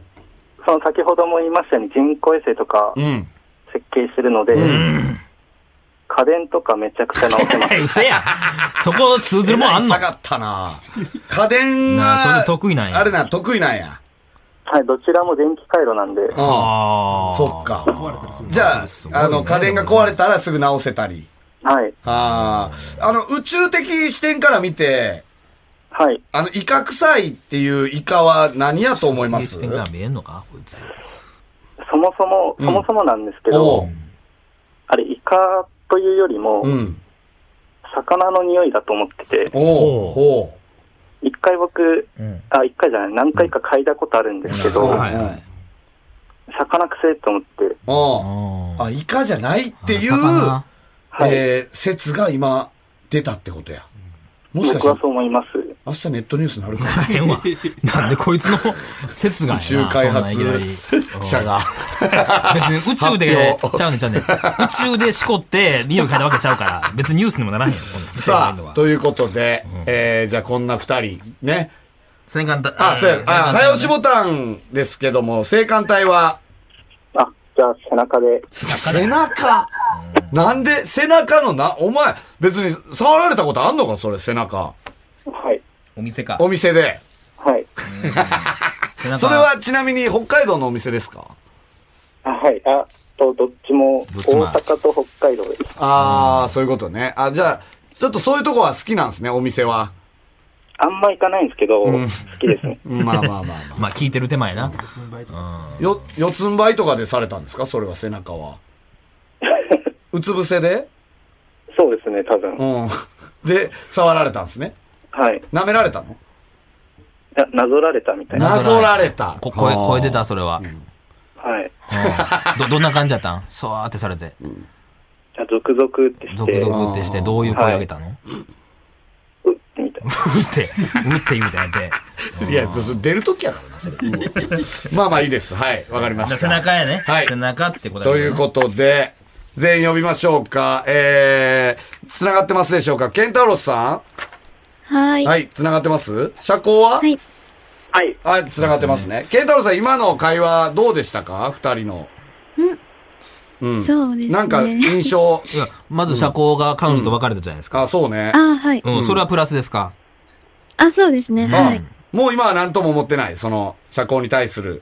H: その先ほども言いましたように人工衛星とか
E: うん。
H: 設計してるので、家電とかめちゃくちゃ直せます。
E: *laughs*
D: え、嘘や。そこ通ずるもんあんの
E: 下がったな家電
D: な
E: が、
D: あそれ得意なんや
E: あれな、得意なんや。
H: はい、どちらも電気回路なんで、
E: うん。
D: あー
E: そっか。
G: 壊れたらすぐ
E: じゃあ、あの、家電が壊れたらすぐ直せたり。
H: はい、
E: ああ。あの、宇宙的視点から見て、
H: はい。
E: あの、イカ臭いっていうイカは何やと思いま
D: 経営
E: す
D: 視点から見えんのかこいつ。
H: そもそも、
E: うん
H: そもそもなんですけ
E: お
H: ど、
E: う。
H: あれ、イカというよりも、
E: うん。
H: 魚の匂いだと思ってて、
E: おう。おう。
H: 一回僕、
D: うん
H: あ、一回じゃない、何回か嗅いだことあるんですけど、
E: うん
D: はいはい。
H: 魚くせえと思って、
E: うん。
D: あ
E: あ、イカじゃないっていう、
D: 魚
H: はい
E: えー、説が今、出たってことや。もしかし
H: 僕
E: た
H: は
E: ら、
H: そう思います。
E: 明日ネットニュースになるか
D: 大
E: *laughs*
D: 変わ。なんでこいつの説がやな。
E: 宇宙開発
D: そんないきな
E: も。
D: り
E: 記者が。
D: 別に宇宙で
E: 発、表
D: ちゃうねんちゃうねん。宇宙でしこって匂い嗅いだわけちゃうから、別にニュースにもならへんよ。こんな
E: さ
D: こんな
E: あ、
D: のは
E: ということで、えー、じゃあこんな二人、ね。
D: 戦艦だ。
E: あ、そうや、あ、早押し
D: も。
E: ボタンですけども、正艦隊は、
H: あ、じゃあ背中で。
E: 背中なんで、背中のな、お前、別に触られたことあんのかそれ、背中。
H: はい。
D: お店か。
E: お店で。
H: はい。
D: 背中
E: それはちなみに北海道のお店ですか
H: あはい。あ、と、どっちも
D: どっちも
H: 大阪と北海道です。
E: ああ、そういうことね。あ、じゃあ、ちょっとそういうとこは好きなんですね、お店は。
H: あんま行かないんですけど、好きで
D: *laughs*
H: すね。
E: うんまあまあまあま
D: まあ聞いてる手前な。
G: 別にバイトです
E: あ。よ、四つん這いとかでされたんですかそれは背中は。うつ伏せで
H: そうですね、多分。
E: うん。で、触られたんですね。
H: はい。
E: 舐められたの
H: ななぞられたみたいな。
E: なぞられた。
D: こ声、
E: あー
D: 声出た、それは。
E: *laughs*
H: はい。
D: うんど、どんな感じだったんそわーってされて。
H: じゃあ、続々ってし
D: ゾク
H: て、
D: ゾ
H: う
D: クってして、どういう声上げたの、う
H: ってみたいな。
D: って、うって言うてやって。
E: いや、出るときやからな、それ。まあまあいいです。はい、わかりました。
D: 背中やね。
E: はい
D: 背中ってことや
E: と
D: ね
E: いうことで、全員呼びましょうか。えー、繋がってますでしょうかケンタロスさ
F: はー
E: ん
F: い。
E: はい、繋がってます社交は
F: はい。
H: はい。 *laughs*
E: はい、繋がってますね。ケンタロスさん、今の会話どうでしたか二人の。うん
F: そうですね。
E: なんか、印象。
D: いや、まず社交が彼女と別れたじゃないですか。
E: あ、そう
F: *laughs*
E: ね。
F: あ、はい。
D: うん、それはプラスですか。
F: あ、そうですね。
E: あ
F: はい。
E: もう今は何とも思ってない。その、社交に対する。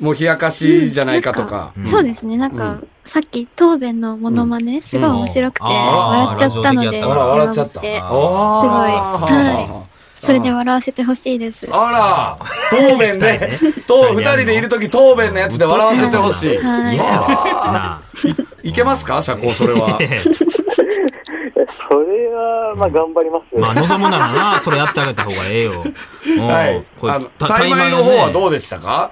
E: もう冷やかしじゃないかとか。
F: なんそうですね。なんか、さっき答弁のモノマネ、すごい面白くて、
D: うんあー
F: 笑っちゃったの
D: ラジオ的
F: で、
D: やったから
E: 笑っちゃった
F: 電話をし
E: お
F: すごいはてそれで笑わせてほしいです。
E: あら、答弁で、と二人でいるとき答弁のやつで笑わせてほしい。
F: はい
D: いやなあ。
E: いけますか社交それは。
H: それは、まあ、頑張ります。
D: まあ、望むならな、 *laughs* それやってあげた方がええよ。う
E: *laughs*
D: ん
E: はい。
D: これ
E: あの、
D: た
E: 対面の方はど
D: う
E: うでしたか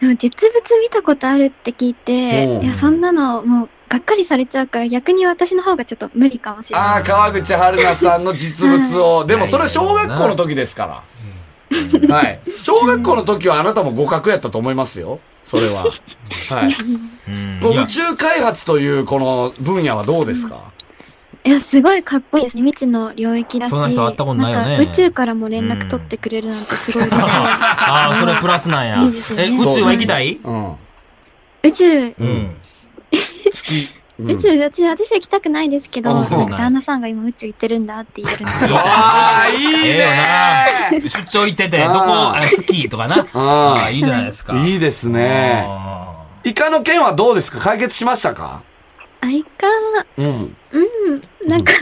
F: でも実物見たことあるって聞いて
E: う、ん
F: いや、そんなの、もう、がっかりされちゃうから、逆に私の方がちょっと無理かもしれない。
E: ああ、川口春奈さんの実物を。でもそれ小学校の時ですから。はい。小学校の時はあなたも互角やったと思いますよ。それは。はい。
D: ん
E: こ
D: いうや
E: 宇宙開発というこの分野はどうですか
F: いや、すごいかっこいいですね。未知の領域だし、
D: そんな人会ったことないよね
F: んか宇宙からも連絡取ってくれるなんてすごいですね。
D: ああ、それプラスなんや
F: いいです。ね
D: え、宇宙は行きたい
E: うん。
F: *laughs* 宇宙、
D: うん。
E: 月。うん
F: 宇宙、私、私は行きたくないですけど、
D: あ
F: なん
D: そうなんや
F: か旦那さんが今宇宙行ってるんだって言えるので。
E: ああ、いい
D: ええ
E: ね
D: よな。出張行ってて、どこ、
E: あー
D: あ月とかな。
E: あ
D: ああ、いいじゃないですか。
E: いいですね。
D: あ
E: イカの件はどうですか解決しましたか
F: あいかん
E: うん。
F: うん、なんか、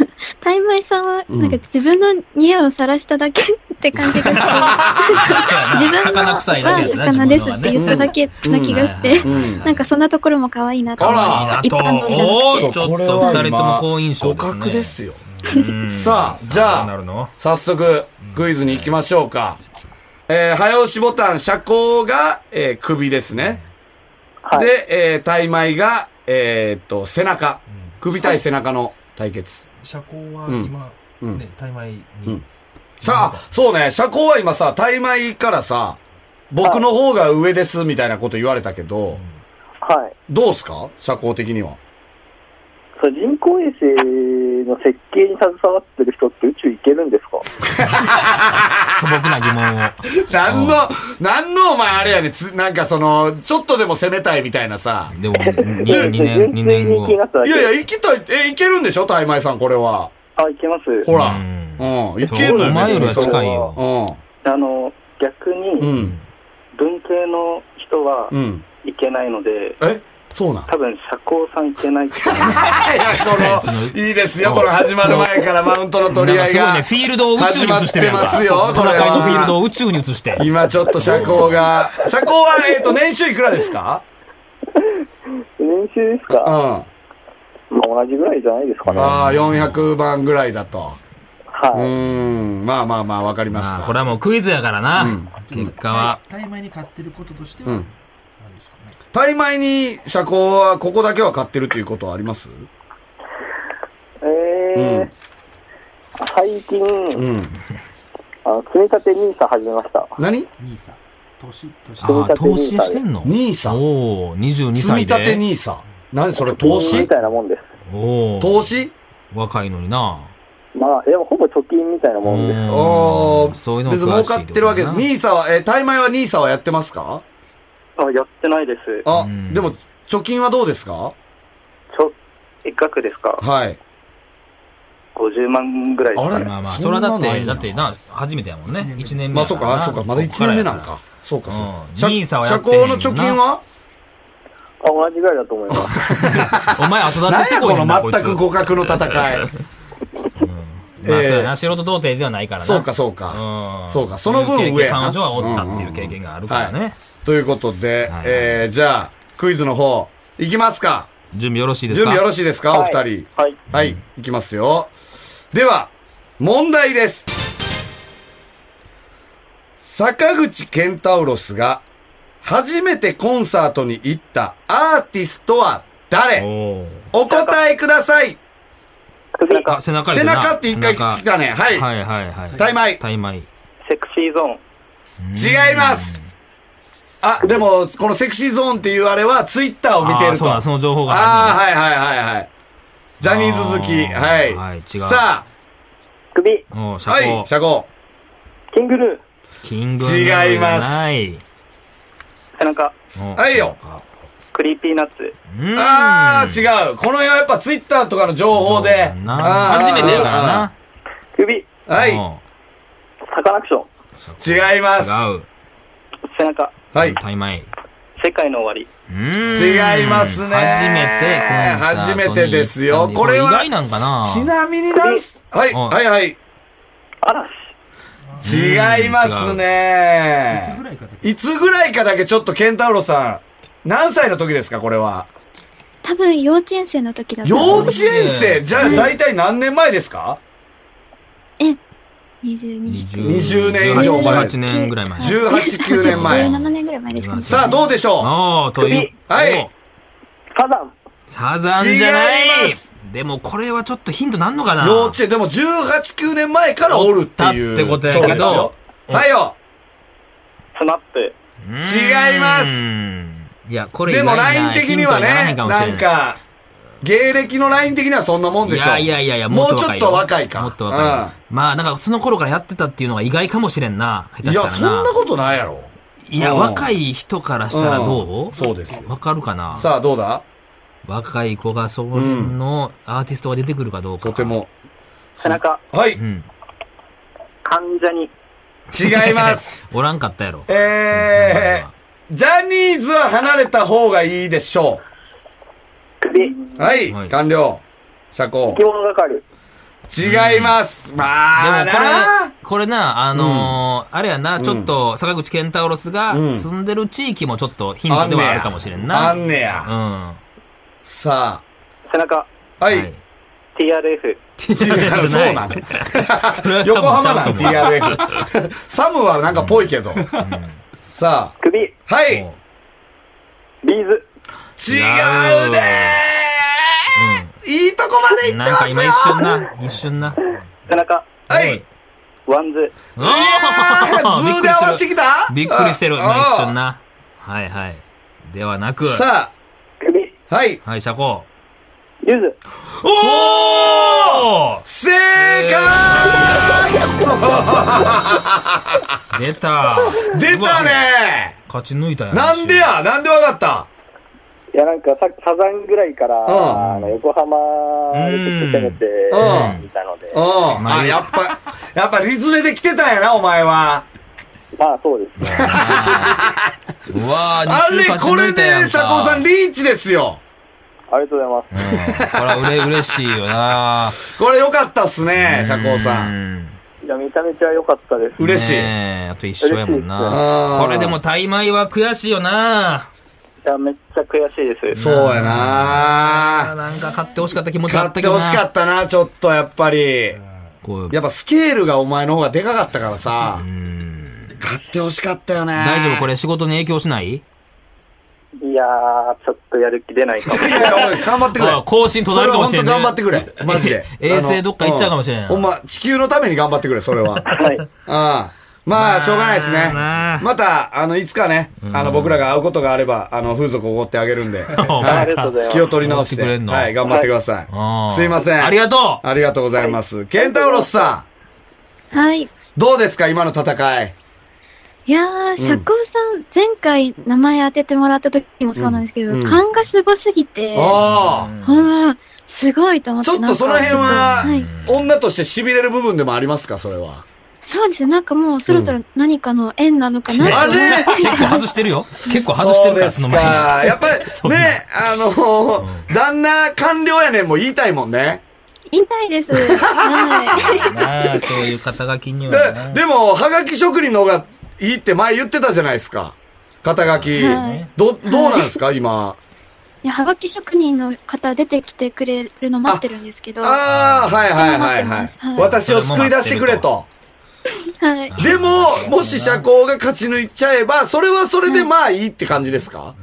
F: タイマイさんは、なんか自分の匂いを晒しただけって
E: *laughs*
F: 感じがして、自
D: ー。
F: 分の
D: 魚
F: は
D: 臭いだけやな、
F: 魚で
D: 自
F: すっ
D: 分の
F: て
D: はね
F: 言っただけな気がして、
E: うん。
F: なんかそんなところも可愛いなと思い
E: あ
F: ま
D: あ
F: した。一般のじゃな
D: お
F: く
D: ー
F: て。
D: ちょっと二人とも好印象ですね。
E: 互角ですよ。
D: うん。
E: さあ、じゃ
D: どうな
E: あ、
D: るの
E: 早速、クイズに行きましょうか。えー、早押しボタン、車高が、えー、首ですね。
H: はい
E: で、えー、大枚が、えーっと、背中。首対背中の対決。
G: 社交は
E: うん
G: 今、
E: うん
G: ね、タイ米に、
E: んさあ、そうね、車高は今さ、大枚からさ、僕の方が上です、みたいなこと言われたけど、
H: はい。
E: どうすか社高的には。
H: それ人工衛星の設計に携わってる人って宇宙行けるんですか
D: 素朴な疑問を。
E: なんの、なんのお前あれやねんつ、なんかその、ちょっとでも攻めたいみたいなさ。
D: でも、2年、
E: *laughs*
H: 純
D: 二
H: 粋
D: 年
H: に
D: 後
H: 気。になっただ
E: い
H: け。
E: やいや、行きたい、え、行けるんでしょ大枚さん、これは。
H: あ、行けます。
E: ほら。
D: う
E: うん。
D: ん
E: 行けるの
D: お
E: よ、
D: 前より
E: 別
D: は
E: にそれ
D: 近いよ。
E: は
H: あの、逆
E: う
H: に、
E: ん。
H: 文系の人は
E: うん。うん。
H: 行けないので、
E: えそう
D: *laughs*
E: なん。
H: 多分、社交さん行けない
E: *laughs*
H: って思います。
E: いや、この、 *laughs* いいですよ、この始まる前からマウントの取り
D: な
E: 合
D: ん
E: い
D: かすごい
E: が
D: ね、。フィールドを宇宙に移してるやん
E: 始
D: か。
E: まってますよこれは
D: 戦いのフィールドを宇宙に移して。
E: 今ちょっと社交が、社交は、えっと、年収いくらですか
H: 練習です
E: うん。
H: か
E: あ
H: まあ、同じぐらいじゃないですかね。は
E: あー、400万ぐらいだと。う
H: い。
E: ーん。まあまあまあ、わかりまし
D: まあ、
E: た
D: こ。れはもうクイズやからな。
E: うん
D: 結果は。
G: タイ米に買ってることとして
E: う
G: は
E: ん、
G: 何でしょ
E: 大枚に車高はここだけは買ってるっていうことはあります
H: えー、最近、
E: うん。
H: あの、積み立て NISA 始めました。
E: 何
G: ニーサ。年、年。
D: ああ、投資してんの
E: 兄さん
D: おお、22
E: 積み
D: 歳で。
E: 立て NISA。何それ投資
H: みたいなもんです。
D: おお。
E: 投資
D: 若いのにな。
H: まあ、でもほぼ貯金みたいなもんで
D: う
H: す。
E: あ
D: ん
E: あ、
D: そういうのも
E: 別に儲
D: 詳しい
E: かってるわけ。
D: ことだな
E: NISA は、えー、大枚は NISA はやってますか
H: あ、やってないです。
E: あ
D: うん、
E: でも、貯金はどうですか
H: ちょ、一額ですか
E: はい。
H: 50万ぐらいですかね
E: あれ
D: まあまあ、
E: そ
D: そ
E: ん
D: れ
E: な
D: は
E: の
D: だっ
E: ない
D: て、
E: な
D: だってな、初めてやもんね。1年目。
E: まあ、そうか、あ、そうか、まだ1年目なの
D: こ
E: か。そうか、そうか
D: うん。
E: 社
D: NISA はや
E: 社
D: ってへん
E: 交
D: よ
E: の貯
D: な
E: 金は
H: あ、同じぐらいだと思います。
D: っからや。お前後出し
E: 何
D: して
E: や
D: こい
E: こ
D: よ
E: の
D: な、こいつ
E: 全く互角の戦い。
D: まあ
E: えー
D: そうやな、素人童貞ではないから
E: *laughs*
D: な。
E: そうか、そうか。
D: うん。
E: そうかその分
D: い経験
E: 上やな
D: 彼女はおったっていう経験があるから
E: は
D: ね。
E: ということで
D: はい、
E: えー、じゃあ、クイズの方、いきますか。
D: 準備よろしいです
E: 準
D: か
E: 備よろしいですか、お二人。
H: はい。
E: はい、いきますよ。では、問題です。坂口健太郎が初めてコンサートに行ったアーティストは誰
D: おー
E: お答えください
H: 首なん
D: あ、
H: か、
D: 背中
E: 背
D: やな
E: 中って一回来たね。は
D: 背
E: い。
D: 中はいはいはい。
E: タイマイ
D: タイマイ。
H: セクシーゾーン。
E: 違いますあ、でも、このセクシーゾーンっていうあれはツイッターを見て
D: あー
E: る
D: そう
E: と。
D: だ、その情報が
E: ああ、
D: あ
E: はいはいはいはい。ジャニーズ好き。
D: あー
E: はい。
D: はい違う
E: さあ、
H: 首、
D: るの。おー社
E: はい、
D: 交。
E: 社交。
H: キングル
D: キング
E: 違います
D: ない。
H: ー、背中、
E: はいよ
H: クリーピーナッツ。
D: うん。
E: あー、違う。このやっぱツイッターとかの情報で
D: そ。うだな
E: あー
D: 初めてやからな。。
H: 首、
E: はい。
D: い。
H: サカナクション。
E: 違います。
D: 違う。
H: 背中、
E: はい。
D: タイマイ。
H: 世界の終わり。
E: 違
D: 違
E: いますね
D: 初めてコンサートに行ったん、
E: 初めてですよこれは
D: 意外なんかな
E: ちなみになんす、はい、
D: うん
E: はいはい。
H: 嵐。
E: 違いますね
G: いつぐらいかだけ
E: いつぐらいかだけちょっとケンタウロさん、何歳の時ですか、これは。
F: 多分幼稚園生の時だった
E: 幼稚園
D: 幼稚
E: 生
D: 園
E: じゃあ大体何年前ですか
F: 22
E: 20年以上前
D: 18年ぐらい前。
E: 18、9年前。
F: 17年ぐらい前ですかね。
E: さあ、どうでしょ
D: おー、という。
E: はい
D: おー。
H: サザン。
D: サザンじゃな
E: 違い
D: い
E: ます
D: でもこれはちょっとヒントなんのか
E: う
D: な
E: 幼稚園、でも18、9年前からおるっていう。
D: おったってことやけど
E: そうですよ
D: うん
E: はいよ。
H: スマップ。
D: う
E: 違います
D: すいや、これ
E: でも
D: 意外な
E: ライン的には
D: ヒ
E: ね、
D: ントになら
E: な
D: へん
E: ん
D: か
E: か、芸歴のライン的にはそんなもん
D: も
E: でし
D: し
E: ょ
D: れん。いやいやいやいや、
E: も
D: も
E: う
D: っ
E: ち
D: と
E: ょ
D: 若
E: っ
D: い
E: と若い
D: よ。
E: か。
D: もっと若いよ。まあ、なんかその頃からやってたっていうのが意外かもしれんな。下手
E: うんい
D: した
E: や、
D: らな。
E: そんなことないやろ。
D: いや、
E: うん
D: 若い人からしたらどう、
E: うんそうですよ
D: わかるかな
E: さあ、どうだ
D: 若い子がそのアーティストが出てくるかどうか。
E: とて。も。
H: 背中、
E: は
D: う
E: い。
D: ん。
H: 関ジャニ。
E: 違い
D: *laughs*
E: ます。
D: おらんかったやろ。
E: えー、ジャニーズは離れた方がいいでしょ
H: 首、
E: う。はい
D: は。い
E: 完了。社交
H: 着。物係。
E: 違います。まあ、
D: でもこ
E: な
D: れ、これな、あのーあれやな、ちょっと、坂口健太郎が
E: うん
D: 住んでる地域もちょっとヒントではあるかもしれんな。
E: あんねや。さ
H: 背中、
E: あ。は
D: うん。
E: い。。
H: TRF。
D: 違う
E: 違う *laughs* そう *laughs* なの。横浜なん TRF。サ *laughs* ムはなんかぽいけど。さ
H: 首、
E: あ。はい。
H: ビーズ。
E: 違うねー、いいとこまで行ってま
D: なん
E: す
D: か
E: よ
D: 今一瞬な、一瞬な。
H: 背中、
D: *laughs*
E: はい。
H: ワンズ。
D: お
E: えー、図で合わせてきた
D: びっくりしてる。
E: うん
D: 今一瞬な。はいはい。ではなく、
E: うんさ
H: 首、
E: あ、はい。
D: はい、社交。
H: ゆず。
E: おー
D: お
E: 正解
D: 出た。
E: 出たね
D: 勝ち抜いたや
E: ーなんでやなんでわかった
H: いや、なんかさ、サザンぐらいから、
E: ん
H: あの、横浜で攻めて
E: うん、
H: いたので
E: う、ん。あ、やっぱ、やっぱリズムで来てたんやな、お前は。
H: まあそうですね。
D: うわ
E: あ
D: ぁ、2
E: れ
D: 週、勝ち
E: こ
D: 抜
E: れ
D: いたやん
E: で、
D: か。
E: 佐藤さん、リーチですよ。
H: ありがとうございます。
D: うんこれはうれ、嬉しいよな
E: これよかったっすね、社交さん。
D: ん。
H: いや、めちゃめちゃ良かったです。
E: 嬉しい。
D: ねえあと一緒や
E: 嬉し
D: もん
E: いっす
D: な
E: ね
D: これでも大枚は悔しいよない
H: や、めっちゃ悔しいです。
E: そうやなー
D: なんか買ってほしかった気持ちあ
E: 買
D: っ
E: った
D: け
E: て
D: どな
E: ほしかったな、ちょっと、やっぱり。
D: こう
E: やっぱスケールがお前の方がでかかったからさ
D: う、ん
E: 買ってほしかったよね。
D: 大丈夫こ
E: れ。
D: れ仕事に影響しない
H: いやー、ちょっとやる気出ないか
E: *laughs*
H: も。
E: いやおい頑張ってくれ
D: あ更新途絶えるかもしれんね
E: そは本当頑張ってくれマジで
D: 衛星どっか行っちゃうかもしれん
E: あのうんほんま地球のために頑張ってくれそれ
D: *laughs*
E: は
H: はい。
E: ああまあ、しょうがないですね
D: まあ。
E: また、あの、いつかね、あの、僕らが会うことがあれば、あの、風俗おごってあげる
D: *laughs*
E: んで、
H: あ
E: は
H: りがとうござい
E: い
H: ま
E: 気
H: す。
E: を取り直して、
D: おごってくれんの
E: はい、頑張ってくださ
D: あ
E: い。
D: ー
E: すいません。
D: ありがとう
E: ありがとうございます。ケンタウロスさ
F: はい。
E: ん、どうですか、今の戦い。
F: いやー、社交さん、前回名前当ててもらった時もそうなんですけど、
E: うん
F: 勘がすごすぎて、
E: ああ。
F: ほんま、すごいと思って。
E: ちょっとその辺
F: なんかちょっ
E: は
F: とはい、
E: 女として痺れる部分でもありますか、それは。
F: そうですね、なんかもうそろそろ何かの縁なのかな
E: あ
F: って思い
E: れ
D: 結構外してるよ。結構外してるから、
E: そ
D: そうの
E: です
D: 前に。
E: か。やっぱり、
D: *laughs*
E: ね、あの、旦那官僚やねんも言いたいもんね。
F: 言いたいです。はい。
D: まあ、そういう肩書きには
E: で
D: ね。
E: でも、はがき職人の方がいいって前言ってたじゃないですか。肩書き。
F: はい
E: ど、どうなんですか、
F: *laughs*
E: 今。
F: いや、はがき職人の方出てきてくれるの待ってるんですけど、は
E: ああ、はいはいはい
F: 今
E: は
F: 待
E: い
F: ってますは。い
E: 私を救い出してくれと。
F: い。
E: でも、もし社交が勝ち抜いちゃえば、それはそれでまあいいって感じですか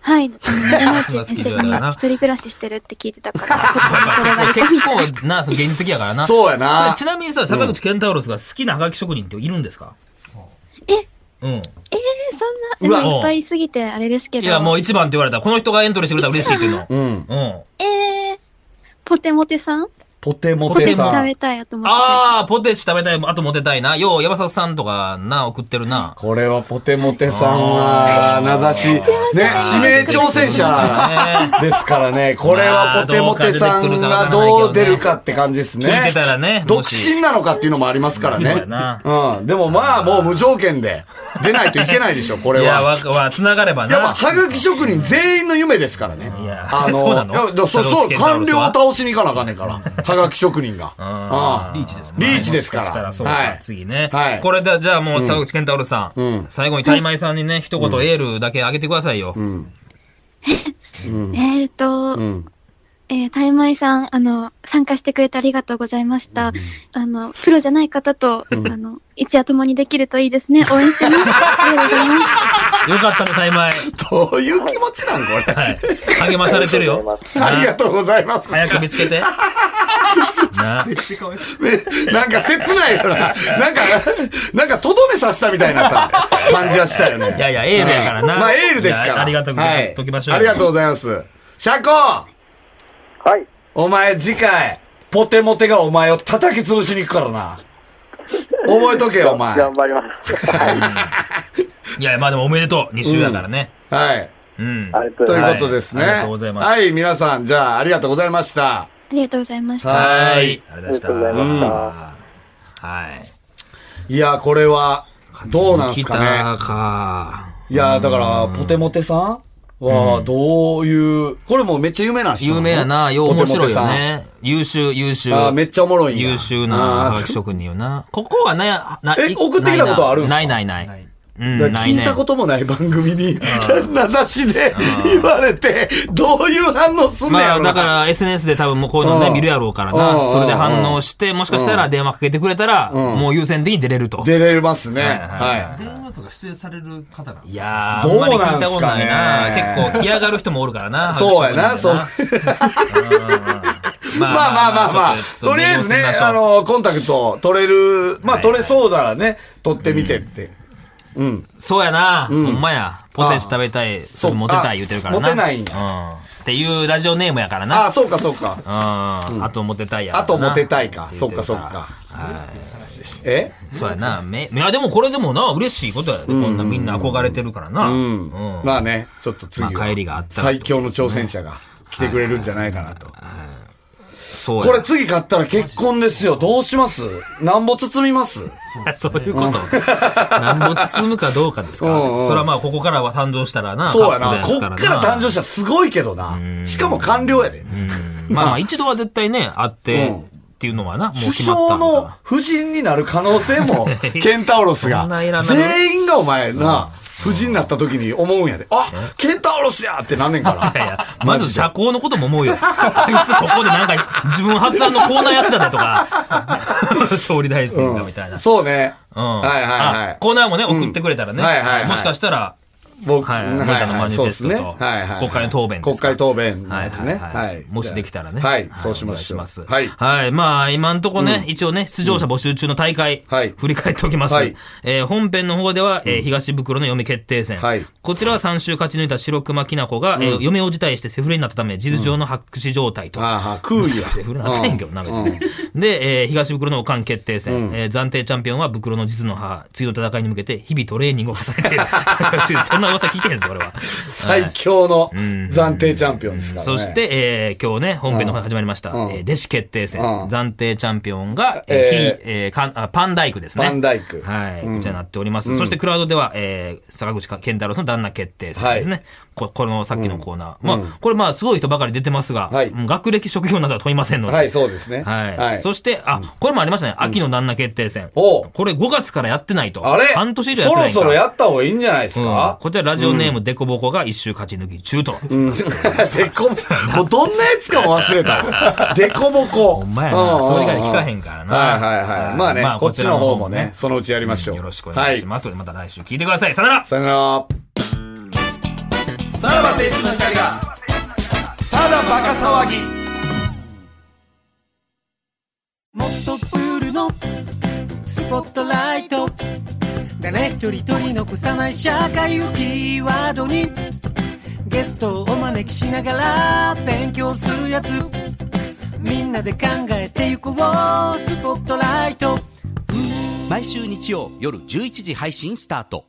F: はい。山内先生
D: そんな好
F: に
D: きじゃないな
F: 一人暮らししてるって聞いてたから、そこに転がり
E: *laughs*
F: 込み
D: 結構な、そう現実的やからな。
E: そうやな
D: それちなみにさ、坂口健太郎が好きなハガキ職人っているんですか
F: え
D: うん。
F: えー、そんな、でもいっぱいすぎてあれですけ
D: い
F: ど。
D: や、もう一番って言われたら、この人がエントリーしてくれたら嬉しいっていうの。
E: うん。
D: うん。
F: えー、ポテモテさん
E: ポテモ
F: ポテ
E: テ
F: チ
E: さ
F: 食
E: ん
F: べ。たいやと思って。
D: あー、ポテチ食べたい、あとモテたいな。よう、山里さんとかな、送ってるな。
E: これはポテモテさんは、名指し。ね、指名挑戦者
D: ね
E: ですからね。これはポテモテさんがどう出るかって感じですね。
D: 聞いてたらね、
E: 独
D: もし。
E: 身なのかっていうのもありますから
D: そう
E: ね
D: や。な。
E: うん。でもまあ、もう無条件で出ないといけないでしょ、これ
D: いや、
E: は。
D: わ、わ、繋がればな。
E: やっぱ、はがき職人全員の夢ですからね。
D: いや
E: あ
D: *laughs* そうなの
E: いやだからそ
D: 佐藤
E: そう、
D: 健太
E: 官
D: 郎さん
E: 僚を倒しに行かなあかんねん
D: *laughs*
E: から。はがき職人が。あ
D: あーリーチです
E: リーチですから
D: もししたらそう
E: は
D: か
E: い、
D: 次ね
E: はい。
D: これで、じゃあもう、坂口健太郎さ
E: うん
D: ん、最後にタイマイさんにね、一言エールだけあげてくださいよ。
F: えーと、
E: ん
F: えー、タイマイさん、あの、参加してくれてありがとうございました。あの、プロじゃない方と、あの、一夜共にできるといいですね。応援して *laughs* ます。ありがとうございます。
D: よかったね、タイマイ。
E: どういう気持ちなんこ
D: *laughs*
E: れ。
D: はい。励まされ
E: *laughs*
D: てるよ。
E: ありがとうございます。
D: 早く見
E: *laughs*
D: つけて。な
E: めなんか切ない
D: *laughs*
E: よな。なんか、なんかとどめさしたみたいなさ、感じはしたよね。
D: いやいや、エールやからな。
E: まあ、エールですか
D: いや
E: ら。
D: ありがとうご
E: は
D: ざ
E: い
D: いときましょう。
E: ありがとうございます。社交
H: はい。
E: お前次回、ポテモテがお前を叩き潰しに行くからな。覚えとけよ、お前。
H: 頑張ります。
D: いや、まあでもおめでとう。2週だからね。
E: はい。
D: うん。
H: ありがと
E: と
H: うござい
E: い
H: ま
E: う
H: す。
E: ことですね。
D: はいありがとうございます
E: はい、皆さん、じゃあ、ありがとうございました。
F: ありがとうございました。
D: は。
E: はい
D: ありがとうございました。はい。
E: いや、これは、どうなんす
D: 来
E: か
D: た
E: ね。
D: か。
E: いや、だから、ポテモテさんは、どういう、これもめっちゃ有名な人の
D: 有名やな。よう面白いよ。ね。優秀、優秀。
E: ポテモテさんあーめっちゃおもろいんや
D: 優秀な
E: あ
D: ハガキ
E: ー
D: 職人よな。ここはな、な
E: え
D: い
E: 送ってきたことあるんすか
D: ないないないない。うん、
E: だ
D: な
E: か
D: い
E: ら
D: ね。
E: 聞いたこともない番組に、 *laughs* 名指しで言われて、どういう反応すんね
D: ま
E: や
D: あ、
E: ろ
D: だか
E: な。
D: ら SNS で多分もうこういうのね、
E: うん
D: 見るやろうから
E: う
D: な。
E: ん
D: それで反応して、もしかしたら電話かけてくれたら、もう優先的に出れると。
E: 出れますね。
D: はいはい
E: は
G: 電話とか出演される方なん
D: いやー、
E: どう
D: あんまり聞いたことない
E: な
D: なん
E: すかね。
D: 結構嫌がる人もおるからな。
E: い。 *laughs* そうやな、そう。まあま
D: ま
E: あまあまあ
D: ちょっ、
E: とりあえずね、
D: ちょっと
E: あの、コンタクト取れる、まあ取れそうならね、取ってみてって。
D: そうやな、ほんまや。ポテチ食べたい、すぐモテたい言うてるからな。
E: あモテないん
D: や。っていうラジオネームやからな。
E: ああ、そうかそうか。
D: うん。あとモテたいやから
E: あ
D: な。
E: とモテたいか。そっかそっか。え
D: そうやな。め、いやでもこれでもな、嬉しいことやで。こんなみんな憧れてるからな。うん。
E: まあね、ちょっと次
D: まあ帰りがあ
E: は
D: っ、たら
E: 最強の挑戦者が来てくれるんじゃないかなと。
D: そうや
E: これ次買ったら結婚ですよ。どうしますなんぼ包みます
D: そういうこと。なんぼ包むかどうかですか。
E: うんうん
D: それはまあ、ここからは誕生したらな。
E: そうや
D: カ
E: な。
D: ップル
E: こっ
D: や
E: から誕生したらすごいけどな。しかも官僚やで。
D: うんまあまあ、一度は絶対ね、あって、
E: うん
D: っていうのはな、もう
E: 首
D: 決まっ
E: 相
D: たんだ
E: の
D: か
E: 夫人になる可能性
D: *laughs*
E: も、ケンタウロスが
D: そんないら。ない
E: 全員がお前な、夫人になった時に思うんやで。あケンタウロスやってなんねんから
D: *laughs* 。いやい
E: ら。
D: や、まず社交のことも思うよ。あいつここでなんか、自分発案のコーナーやってたねとか、 *laughs* 総理大臣がみたいな。
E: そうね。
D: う
E: は
D: ん
E: いはいはい
D: あコーナーもね、送ってくれたらね。
E: はいはいはい
D: もしかしたら、
E: 僕
D: はいはい僕らのマニフェスト
E: そ
D: と
E: うですねはいはいはい
D: 国会の答弁で
E: 国
D: すか
E: 会答弁の
D: はい
E: やつね。
D: はいはい
E: はい。
D: もしできたらね。
E: はい、そうしまし
D: お
E: ょ
D: 願いします
E: う。
D: は。
E: はいい。
D: まあ、今んとこね、一応ね、出場者募集中の大会、
E: はい
D: 振り返っておきます。
E: はい
D: えー本編の方では、えー東袋の嫁決定戦。
E: はい
D: こちらは3週勝ち抜いた白熊きなこが、えー嫁を辞退してセフレになったため、事実上の白紙状態と。
E: ああは、空位や。
D: セフレになってんけどな、別に。で、えー東袋のおかん決定戦、えー暫定チャンピオンは袋の実の母、次の戦いに向けて日々トレーニングを重ねている。 *laughs* そんな噂聞いてへんぞ、俺は。
E: 最強の暫定チャンピオンですからね。
D: そして、えー今日ね、本編の方が始まりました、
E: うん
D: えー弟子決定戦、
E: うん
D: 暫定チャンピオンが、
E: えー
D: えーひえーかんあパンダイクですね。
E: パンダイク
D: はい、
E: うん
D: こちらになっております。そして、クラウドでは、えー坂口健太郎さんの旦那決定戦ですね。
E: は
D: ここのさっきのコーナー。まあ、これまあ、すごい人ばかり出てますが、
E: はい
D: うん学歴職業などは問いませんので。
E: はい、そうですね。
D: はい。そ
E: そ
D: して、あ、これもありましたね。秋の旦那決定戦。
E: おう
D: これ5月からやってないと。
E: あれ
D: 半年以上やってないんか
E: そろそろやった方がいいんじゃないです
D: うん
E: か
D: こちらラジオネーム、デコボコが一周勝ち抜き中と。
E: うん。でこぼ、 *laughs* もうどんなやつかも忘れ
D: *laughs*
E: た。でこぼこ。
D: ほんまやな
E: うう
D: それ以外聞かへんからな
E: はいはいはい。まあね
D: まあ、
E: こっちの方も
D: こちらの方もね
E: ね、そのうちやりましょう。
D: よろしくお願いします。また来週聞いてください。さよなら
E: す。さよなら。さらば青春の光が、ただバカ騒ぎ。
I: もっとプールのスポットライト誰一人取り残さない社会をキーワードにゲストをお招きしながら勉強するやつみんなで考えてゆこうスポットライト毎週日曜夜11時配信スタート